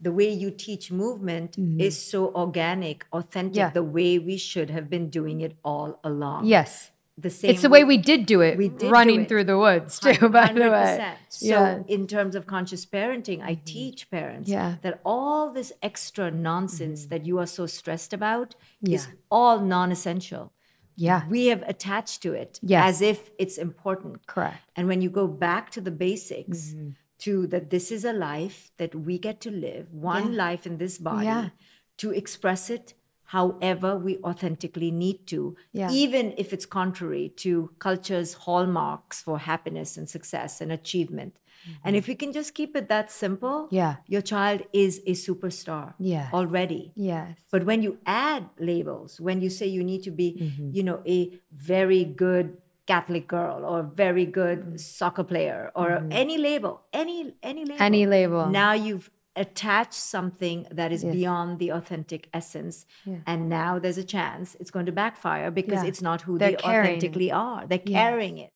the way you teach movement is so organic, authentic, Mm-hmm. Yeah. the way we should have been doing it all along. Yes. The same it's the way we did do it, we did do running it. through the woods too, by the way. 100%. So, in terms of conscious parenting, I teach parents Mm-hmm. Yeah. Mm-hmm. that all this extra nonsense that you are so stressed about is Yeah. all non essential. yeah. We have attached to it Yes. as if it's important. Correct. And when you go back to the basics, Mm-hmm. to that this is a life that we get to live, one life in this body, Yeah. to express it however we authentically need to, Yeah. even if it's contrary to culture's hallmarks for happiness and success and achievement. And if we can just keep it that simple, Mm-hmm. Yeah. your child is a superstar Yeah. already. Yes. But when you add labels, when you say you need to be, Mm-hmm. you know, a very good Catholic girl or a very good Mm-hmm. soccer player or any label, any any label, Any label. now you've attached something that is Yes. beyond the authentic essence, Yeah. and now there's a chance it's going to backfire because Yeah. it's not who They're they carrying it. authentically are. They're Yes. carrying it.